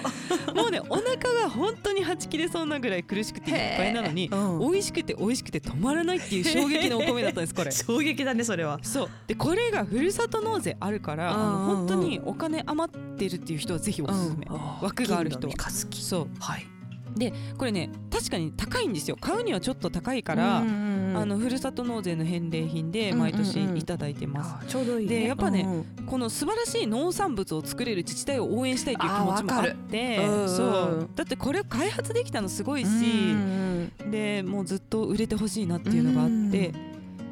もうねお腹が本当にはち切れそうなぐらい苦しくていっぱいなのに、
うん
美味しくて美味しくて止まらないっていう衝撃のお米だったんですこれ。
衝撃だねそれは
<laughs> そうでこれがふるさと納税あるから、あの
うんうんうん
本当にお金余ってるっていう人はぜひおすすめ、枠がある人
金
は
の三日月
そう
はい
これね確かに高いんですよ買うにはちょっと高いから、
うんうんうん
あのふるさと納税の返礼品で毎
うんうんう
年
ん
いただいてます、
あーちょうどいいね
でやっぱね
うんうん
この素晴らしい農産物を作れる自治体を応援したいという気持ち
あー
もあ
わ
っ
かる
て
うんうん
そうだってこれを開発できたのすごいし、
うん
でもうずっと売れてほしいなっていうのがあって、
うん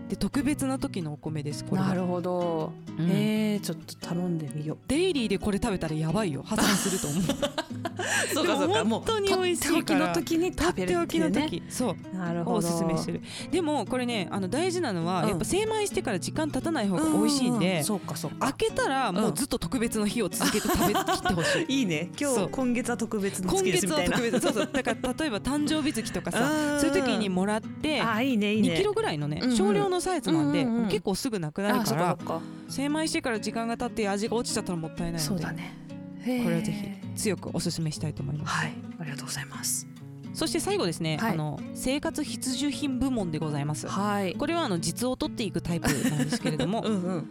で特別な時のお米です
う
こ
ん
れは
なるほど
うん
えーちょっと頼んでみよう
デイリーでこれ食べたらやばいよ破産すると思う <laughs>
そうかそう
で
か
も
も
本
う
当に美味しいか
と
ら
っておきの時に
とっ
食べる
てお
って
き
い
の
うね
時そう
なるほど
おすすめしてるでもこれねあの大事なのは、
うん
やっぱ精米してから時間経たない方が美味しいん
うう
で、
そうかそうか
開けたらもうずっと特別の日を続けて食べきって
<laughs>
ほしい
いいね今
そ
日
う
今月は特別の
今
月です
月
み
は
たいな
特別そうそうだから例えば誕生日月とかさ
うん
そういう時にもらって
あーいいねいいね
2キロぐらいのね
うんうん
少量のサイズなんで、
うんうんうん
結構すぐなくなる
あ
か
そう
ら
かそうか
精米してから時間が経って味が落ちちゃったらもったいない
そ
の
う
で
だね
こ
こ
れはぜひ強くおすすめしたいと思います
はいありがとうございます
そして最後ですね、
はい
あの生活必需品部門でございます
はい
これはあの実を取っていくタイプなんですけれども、
<laughs> うんうん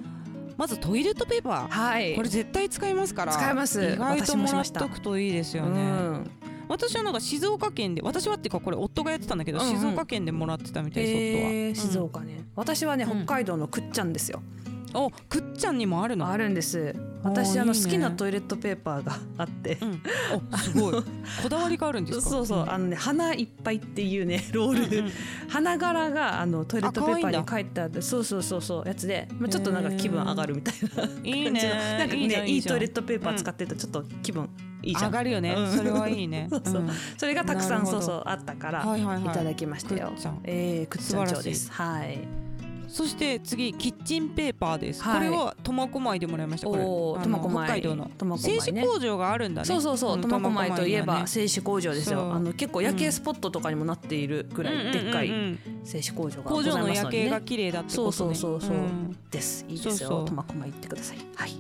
まずトイレットペーパー
はい
これ絶対使いますから
使います
意外と
私も
も
し
ら
ま
っ
した
とくといいですよね、
うん
私はなんか静岡県で私はっていうかこれ夫がやってたんだけど、
うんうん
静岡県でもらってたみたいです夫は、
へー静
うん
岡ね私はね
うん
北海道のくっちゃんですよ
おくっちゃんにもあるの
あるんです私
おー
あの
いいね
好きなトイレットペーパーがあって
うん、おすごいこだわりがあるんですか
<laughs> そうそう
あ
あのね花いっぱいっていうねロー
る、うんう
ル
ん
花柄があのトイレットペーパ
あ可愛いん
ー
だ
に書いてあるそうそうそうそうやつでまあちょっとなんか気分上がるみたいな感
いい
じの
ね
なんか
じゃ
ねいい
じゃ
ト
ん
イレットペーパー使ってるとちょっと気分いいじゃ
上
ん
がるよね、
うん
それはいいね
<laughs> そうそうん
は
それがたくさ
なる
ん
ほ
そ
ど
うそうあったから、
いはい
い
はい
ただきましたよ
くっちゃん。
ええー、くっつん町です。はい。
そして次キッチンペーパーです、
はい
これは苫小牧でもらいましたこれ
おー
あの
苫小牧
北海道の
苫小
製
牧
紙
ね
工場があるんだね
そうそうそう、
ん
苫小牧といえ
苫
ば
小
製紙工場です
そう
よ。あの結構夜景スポットとかにもなっているぐら
牧に
い
はね
でっか
うんうんう
い
んうん
製紙工場がご
工
ざい
場の
ます
夜
ので
景が
ね。
綺麗だってことね
そうそうそうそうんです。いいで
そう
す
そ
よ。
う
苫小牧行ってください。はい。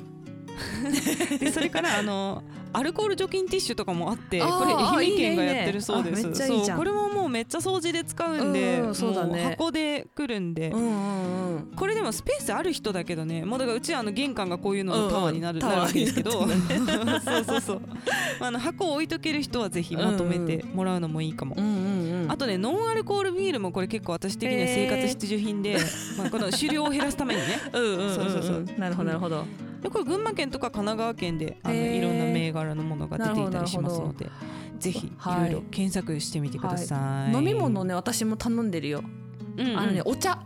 でそれからあのアルコール除菌ティッシュとかもあって
あー
これ
あーい
愛
いね
媛県が
いいね
やってるそうです
あめっちゃいいじゃん
そうこれももうめっちゃ掃除で使うんで
うんそうだね
も箱で来るんで、
うんうんうん
これでもスペースある人だけどねもうだからうちはあの玄関がこういうののタワーになる,、
うんうん
なるわけですけど
タワ <laughs>
そうそうそう、まあ、あの箱を置いとける人はぜひまとめてもらうのもいいかも、
うんうんうん
あとねノンアルコールビールもこれ結構私的には生活必需品で、まあ、この酒量を減らすためにね
うんうんうんうん
そうそうそう
なるほどなるほど
でこれ群馬県とか神奈川県であの
へー
いろんな銘柄のものが出ていたりしますのでぜひい
は
ろ
い
いろ検索してみてください、
飲み物ね私も頼んでるよ
うんうん、
あのねお茶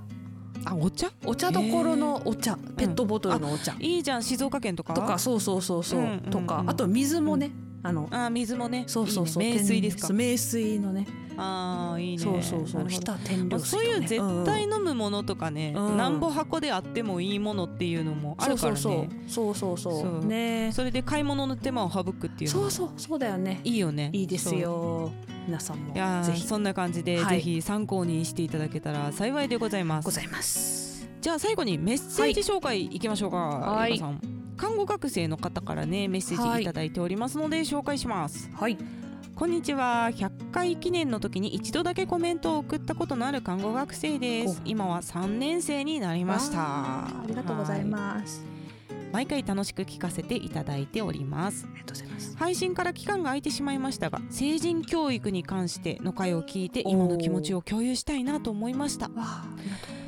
あお茶
お茶どころのお茶ペットボトルのお茶
いいじゃん静岡県とか
とかそうそうそうそ
うんうん
う
うん
とかあと水もねあの
あ水もね
そうそうそう
いいね名水ですか
天名水のね
ああいいね
そうそうそ
な
う
るほ
日
ど
田天
ま
領
あ、
水
そういう
とかね
絶対飲むものとかね、
うん
なんぼ箱であってもいいものっていうのもあ
そ
る
う
か
そ
ら
う
ね
そうそうそう
そ
そううね
それで買い物の手間を省くっていうの
そ
も
うそうそうだよね
いいよね
いいですよ皆さん
そ
も
ういやー
ぜひ
そんな感じで、
はい
ぜひ参考にしていただけたら幸いでございます
ございます
じゃあ最後にメッセージ紹介いきましょうか、
はい
ゆうかさん看護学生の方からねメッセージいただいておりますので紹介します、
はい
こんにちは100回記念の時に一度だけコメントを送ったことのある看護学生です今は3年生になりました
ありがとうござい
は
ます
い毎回楽しく聞かせていただいております
ありがとうございます
配信から期間が空いてしまいましたが成人教育に関しての回を聞いて今の気持ちを共有したいなと思いました
わあありがと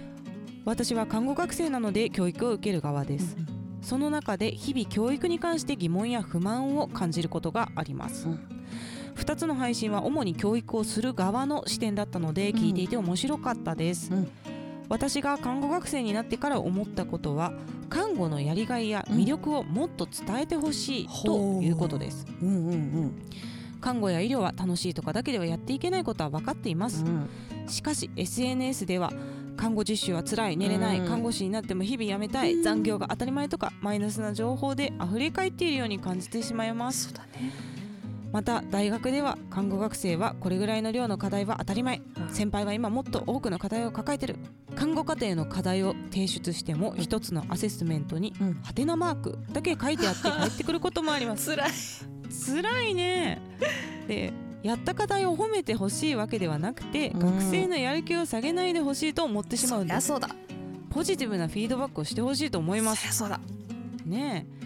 私は看護学生なので教育を受ける側です
う
その中で日々教育に関して疑問や不満を感じることがあります、
うん
2つの配信は主に教育をする側の視点だったので
うん
聞いていて面白かったです、
うん
私が看護学生になってから思ったことは看護のやりがいや魅力をもっと伝えてほしい、
ほう
ということです
うんうん
看護や医療は楽しいとかだけではやっていけないことは分かっています、
うん
しかし SNS では看護実習は辛い寝れない、
うん
看護師になっても日々辞めたい、
うん
残業が当たり前とかマイナスな情報で溢れ返っているように感じてしまいます
そうだね
また大学では看護学生はこれぐらいの量の課題は当たり前
うん
先輩は今もっと多くの課題を抱えてる看護課程の課題を提出しても一つのアセスメントに
うん
ハテナマークだけ書いてあって返ってくることもあります
辛い
辛いねでやった課題を褒めてほしいわけではなくて、
うん
学生のやる気を下げないでほしいと思ってしまうんです
そうだ
ポジティブなフィードバックをしてほしいと思います
すそうだ
ねえ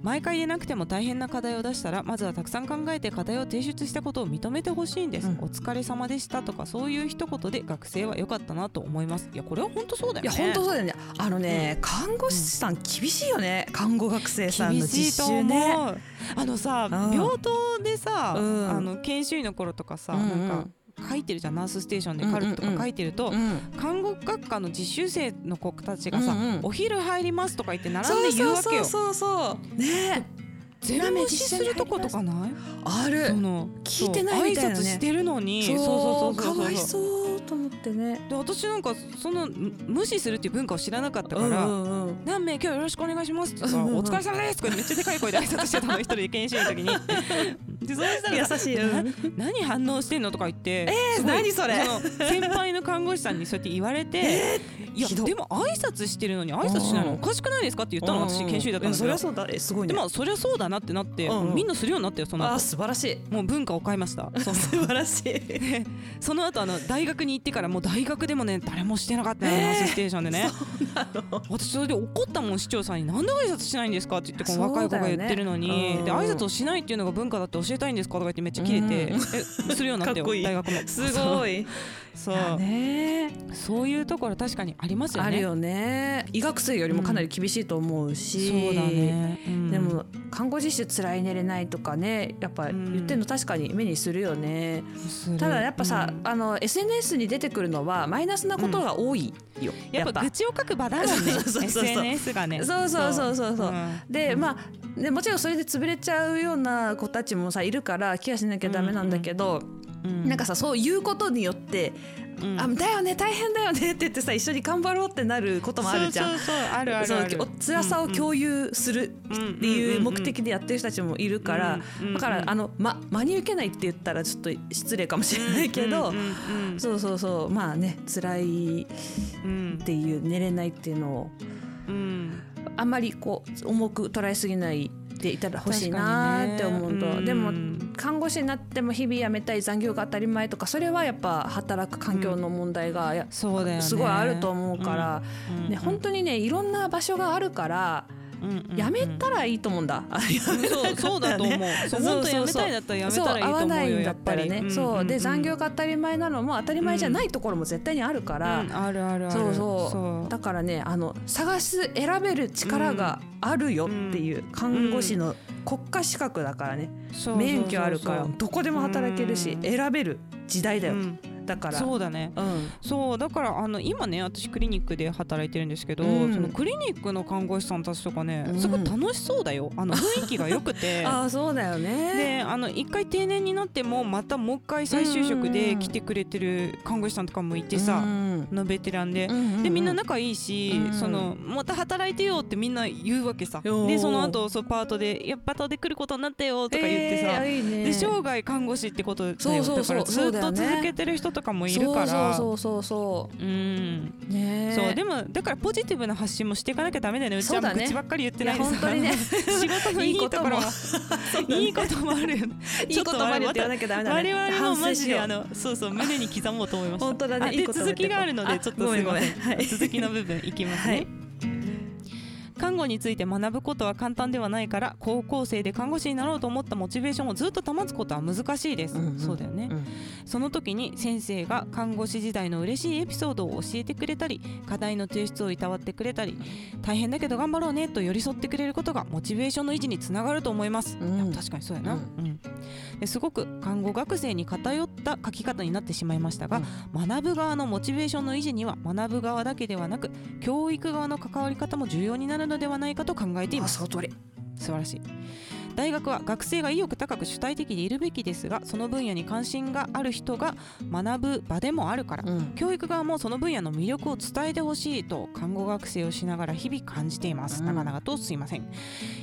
毎回でなくても大変な課題を出したらまずはたくさん考えて課題を提出したことを認めてほしいんです、
うん
お疲れ様でしたとかそういう一言で学生は良かったなと思いますいやこれは本当そうだよ
いや本
ね
当そうだよねあのね、看護師さん厳しいよね看護学生さんの
厳しいと
実
思
習
う、
ね
あのさ、
うん
病棟でさ、
うん
あの研修医の頃とかさ、
うんうん
なんか書いてるじゃんナースステーションでカルテと
うんうんうん
か書いてると、
うん
看護学科の実習生の子たちがさ、
うんうん
お昼入りますとか言って並ん
そう
で言
そう
うわけ
そう
よ
そうそうね
全部無視するとことかない
あ
そ
る
の
聞いてないみたいなね
そう挨拶してるのにそうそうそうそう
かわい
そう
そうと思ってね
で私なんかそのむ無視するっていう文化を知らなかったから「
うんうんうん
何名今日よろしくお願いします」ってさ「
うんうんうん
お疲れ様です」とかめっちゃでかい声で挨拶してたの一人で研修医の時に。でそうしたらさ
優しい、うん、
何反応してんのとか言って
ー
すごい
何それ
の先輩の看護師さんにそうやって言わ
<laughs>
れて、いや
ひどっ
でも挨拶してるのに挨拶しないのおかしくないですかって言ったの私研修医だった
うん
んだ
そり
けど
ゃそうだえすごい
で
ね
まあそりゃそうだなってなって、
うんうん
みんなするようになったよその
あー
後
素晴らしい
もう文化を変え
<laughs>
ましたその
素晴らしい
その後あの大学に行ってからもう大学でもね誰もしてなかったのナースステーションでね、私それで怒ったもん市長さんに「なんで挨拶しないんですか?」って言ってこの若い子が言ってるのに、
そうだよねうん
で挨拶をしないっていうのが文化だって教えたいんですかとか言ってめっちゃキレて、
うん
えするように <laughs> なった
<laughs> かっ
よ
こいい
大学も
すごい
<laughs> そう
ね
そういうところ確かにありますよね
あるよね医学生よりもかなり厳しいと思うし、
そうだね、うん
でも看護実習つらい寝れないとかねやっぱ言ってるの確かに目にするよね、
する
ただやっぱさ、
うん
あの SNS に出てくるのはマイナスなことが多いよ、
やっぱ愚痴を書く場だもんね
<laughs> そうそうそうそう
SNS がね
そうそうそうそうそう
うん
でまあねもちろんそれで潰れちゃうような子たちもさいるからケアしなきゃダメなんだけど、
うん
なんかさそういうことによって「
うん
あだよね大変だよね」って言ってさ一緒に頑張ろうってなることもあるじゃん。
そうそうそうあるあるある
そうお辛さを共有するっていう目的でやってる人たちもいるから
うんうんうん
だからあの、ま、真に受けないって言ったらちょっと失礼かもしれないけど、
うんうんうんうん
そうそうそうまあね辛いっ
うん
ていう寝れないっていうのを
うん
あんまりこう重く捉えすぎないでいたら欲しいなーって思う
確か
と、
にね
で
う
も
ん
看護師になっても日々辞めたい残業が当たり前とかそれはやっぱ働く環境の問題が、や
そうだよね
すごいあると思うから、ね、本当にねいろんな場所があるから
うんうんうん
辞めたらいいいと思うんだ。
そうそうだと思う。
<laughs>
そう本当にやめたいだったらやめたらいいと
そう合わ
思
な
う
い
よ
んだ
や
っ
ったぱ
ら
り
ね、
ん
そうで残業
か
が当たり前なのも当たり前じゃないところも絶対にあるから、
あるあるある。
そうそう
そう
だからねあの探す選べる力があるよっていう、看護師の国家資格だからね、
そう
免許あるから
そう
どこでも働けるし、
うん
選べる時代だ
そう
よ、
うん
だから
そうだね。
うん
そうだからあの今ね私クリニックで働いてるんですけど、
うん
そのクリニックの看護師さんたちとかね、
うん
すごい楽しそうだよあの雰囲気が良くて
<laughs> ああそうだよね
であの一回定年になってもまたもう一回再就職で来てくれてる看護師さんとかもいてさ、
うん
あのベテランで
う、うう
でみんな仲いいし、
うん
そのまた働いてよってみんな言うわけさ
おー
でその後そうパートで「いやパートで来ることになったよ」とか言ってさ、
えーいいね
で生涯看護師ってことだよ
そうそうそう
だからずっ
そ
と
うだよね
続けてる人とかもいるから。
そうそうそうそ
うん
うね
そうで
も
もだからポジティブな発信もしていかなきゃダメだよねうち
そう
はも
だ
う
ね
口ばっかり言って
い
な
や
いで
本
さ
当にね
<laughs> 仕事
<laughs>
のいいところはいいこともあるよね
いいことまで言ってやらなきゃダメだね
我々もマジ
反省し
で
よう
あのそうそう胸に刻もうと思いました
本当だね
あで
いいこと言っ
続
てこう
きがあるの
あ
でちょっと
ご
す
め
い
んご
ま
めん
せん
はい
続きの部分いきますね、
はい
看護について学ぶことは簡単ではないから高校生で看護師になろうと思ったモチベーションをずっと保つことは難しいです、
うんうん
そうだよね、
うん
その時に先生が看護師時代の嬉しいエピソードを教えてくれたり課題の提出をいたわってくれたり大変だけど頑張ろうねと寄り添ってくれることがモチベーションの維持につながると思います、
うん
いや確かにそうやな、
う
うんんですごく看護学生に偏った書き方になってしまいましたが、学ぶ側のモチベーションの維持には学ぶ側だけではなく教育側の関わり方も重要になるのではないかと考えています
あその通り
素晴らしい大学は学生が意欲高く主体的でいるべきですがその分野に関心がある人が学ぶ場でもあるから、
うん
教育側もその分野の魅力を伝えてほしいと看護学生をしながら日々感じています、
うん
長々とすいません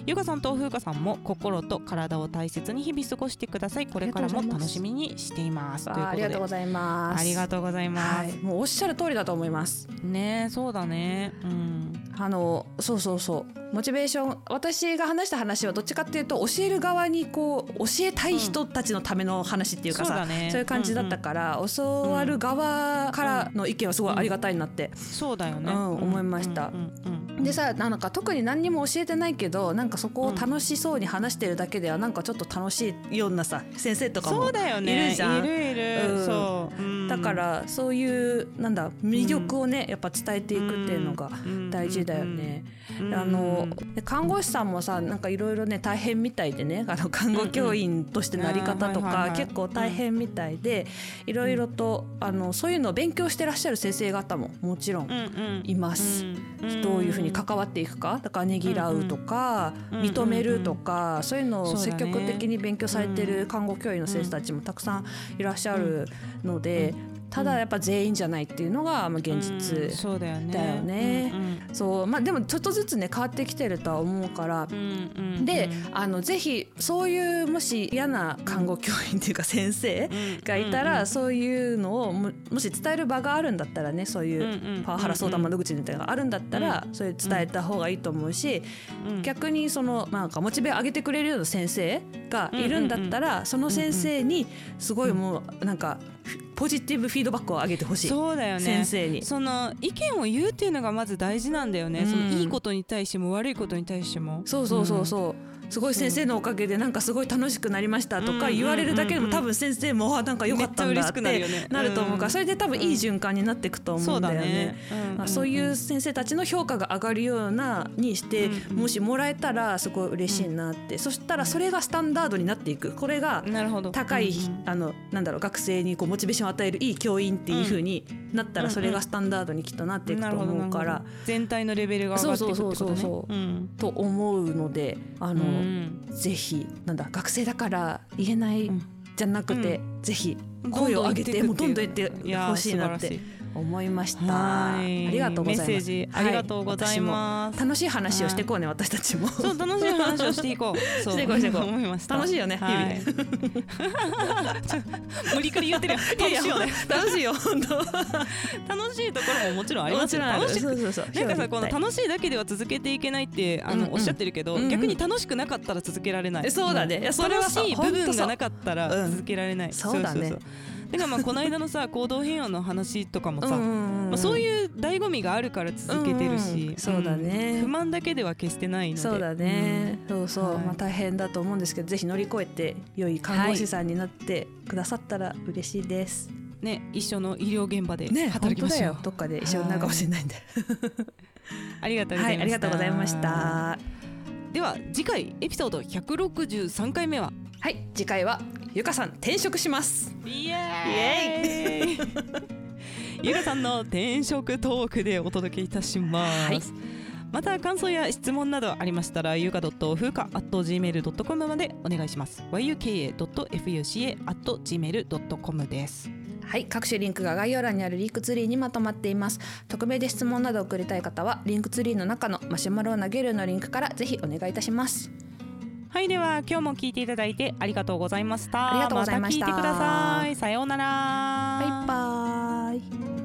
ゆかさんと風花さんも心と体を大切に日々過ごしてくださいこれからも楽しみにしています
あーありがとうご
ざい
ざいます
ありがとうございま
は
す、
いもうおっしゃる通りだと思います
ねえそうだねうん
あのそうそうそうモチベーション私が話した話はどっちかっていうと教える側にこう教えたい人たちのための話っていうか
そう
さ、
だね
そういう感じだったから、教わる側からの意見はすごいありがたいなって。
そうだよね、
うん思いました
うんうんうんうん
でさなんか特に何にも教えてないけどなんかそこを楽しそうに話してるだけではなんかちょっと楽しいようなさ先生とか
そ
も
うだよね
いるじゃん
いるいる、
うん
そう、うん
だからそういうなんだ魅力をね、やっぱ伝えていくっていうのが大事だよね。
うん
あので看護師さんもさなんかいろいろね大変みたいでねあの看護教員としてのあり方と
うんうんあーはい
か
はいはい
結構大変みたいでいろいろとあのそういうのを勉強してらっしゃる先生方ももちろん
うんうん
います。
ん
どういうふうに関わっていくかだからねぎらうとか
うん
認めるとかそういうのを
そうだ
積
ね
極的に勉強されてる看護教員の先生たちもたくさんいらっしゃるのでただやっぱ全員じゃないっていうのがまあ現
うん
実
そうだよね
だよね
うん
そうまあでもちょっとずつね変わってきてるとは思うから
うんうんうん
であのぜひそういうもし嫌な看護教員っていうか先生
うん
がいたらそういうのをももし伝える場があるんだったらねそういう
うんうん
パワハラ相談窓口みたいなのがあるんだったらそれ伝えた方がいいと思うし
うん
逆にそのなんかモチベ上げてくれるような先生がいるんだったらその先生にすごいもうなんかポジティブフィードバックを上げてほしい
そうだよね
先生に。
その意見を言うっていうのがまず大事なんだよね、
うん
そのいいことに対しても悪いことに対しても
そうそうそうそう。すごい先生のおかげでなんかすごい楽しくなりましたとか言われるだけでも多分先生もあなんか良かったん
めっちゃ
だっ
嬉しくなるよね
てなると思うからそれで多分いい循環になっていくと思
そ
うん
うだ
だよ
ね
ね。まあそういう先生たちの評価が上がるようなにしてもしもらえたらすごい嬉しいなってそしたらそれがスタンダードになっていくこれが
なるほど
高い
うん
あのなんだろう学生にこうモチベーションを与えるいい教員っていう風になった
うんう
ら
ん
それがスタンダードにきっとなっていく
な
と
るほど
思うから
なるほど全体のレベルが上がっていくってこと
そうそう
ね
そうそう
うん
と思うのであの、
うん
ぜひなんだ学生だから言えない
うん
じゃなくて、ぜひ声を上げて
ど
もうん
ど
ど
ん
ん
言
どん
っ
言って
いくっていう
てほしいなっ
や
て
ー素晴らしい
思いました。あ
はい。
りがとうございます。
メッセージありがとうございま
はい
す。
私も楽しい話をしてこうね、私たちも。
そう楽しい話をしていこう。そう
していこうしていこう
思いました。
楽しいよね
はい、ちょ <laughs> 無理くり言ってるよ。楽しいよね。
楽 <laughs> しいよ、本当。
楽しいところももちろんあり
も
ます
ちろ
よ。
んある
楽しく
そうそうそう
なんかさこの
表裏一体
楽しいだけでは続けていけないってあ
うんう
の
ん
おっしゃってるけど、
うんうん
逆に楽しくなかったら続けられない。
えそうだね
ん
いやそれはさ
楽しい部
ほんと
分
そう
がなかったら
うん
続けられない。
そうだね
そうそうだからまあこの間のさ行動変容の話とかもさ、
うんうんうん
まあそういう醍醐味があるから続けてるし、
うんうんうんそうだね
うん不満だけでは決してないので。
そうだね、そうそう、
はい
まあ大変だと思うんですけどぜひ乗り越えて良い看護師さんになってくださったら嬉しいです、
うん。ね一緒の医療現場で
ね
働きましょう。
本当だよどっかで一緒になるかもしれないんで
ありがとうご
は
ざ
い
いました。
ありがとうございまし。た
では次回エピソード163回目は
はい次回はゆかさん転職します
イエーイ <laughs> ゆかさんの転職トークでお届けいたします、
はい
また感想や質問などありましたらゆか風か .gmail.com までお願いします yuka.fuca.gmail.com です
はい各種リンクが概要欄にあるリンクツリーにまとまっています匿名で質問などを送りたい方はリンクツリーの中のマシュマロを投げるのリンクからぜひお願いいたします
はいでは今日も聞いていただいてありがとうございました
ありがとうございました
また聞いてくださいさようなら
バイバーイ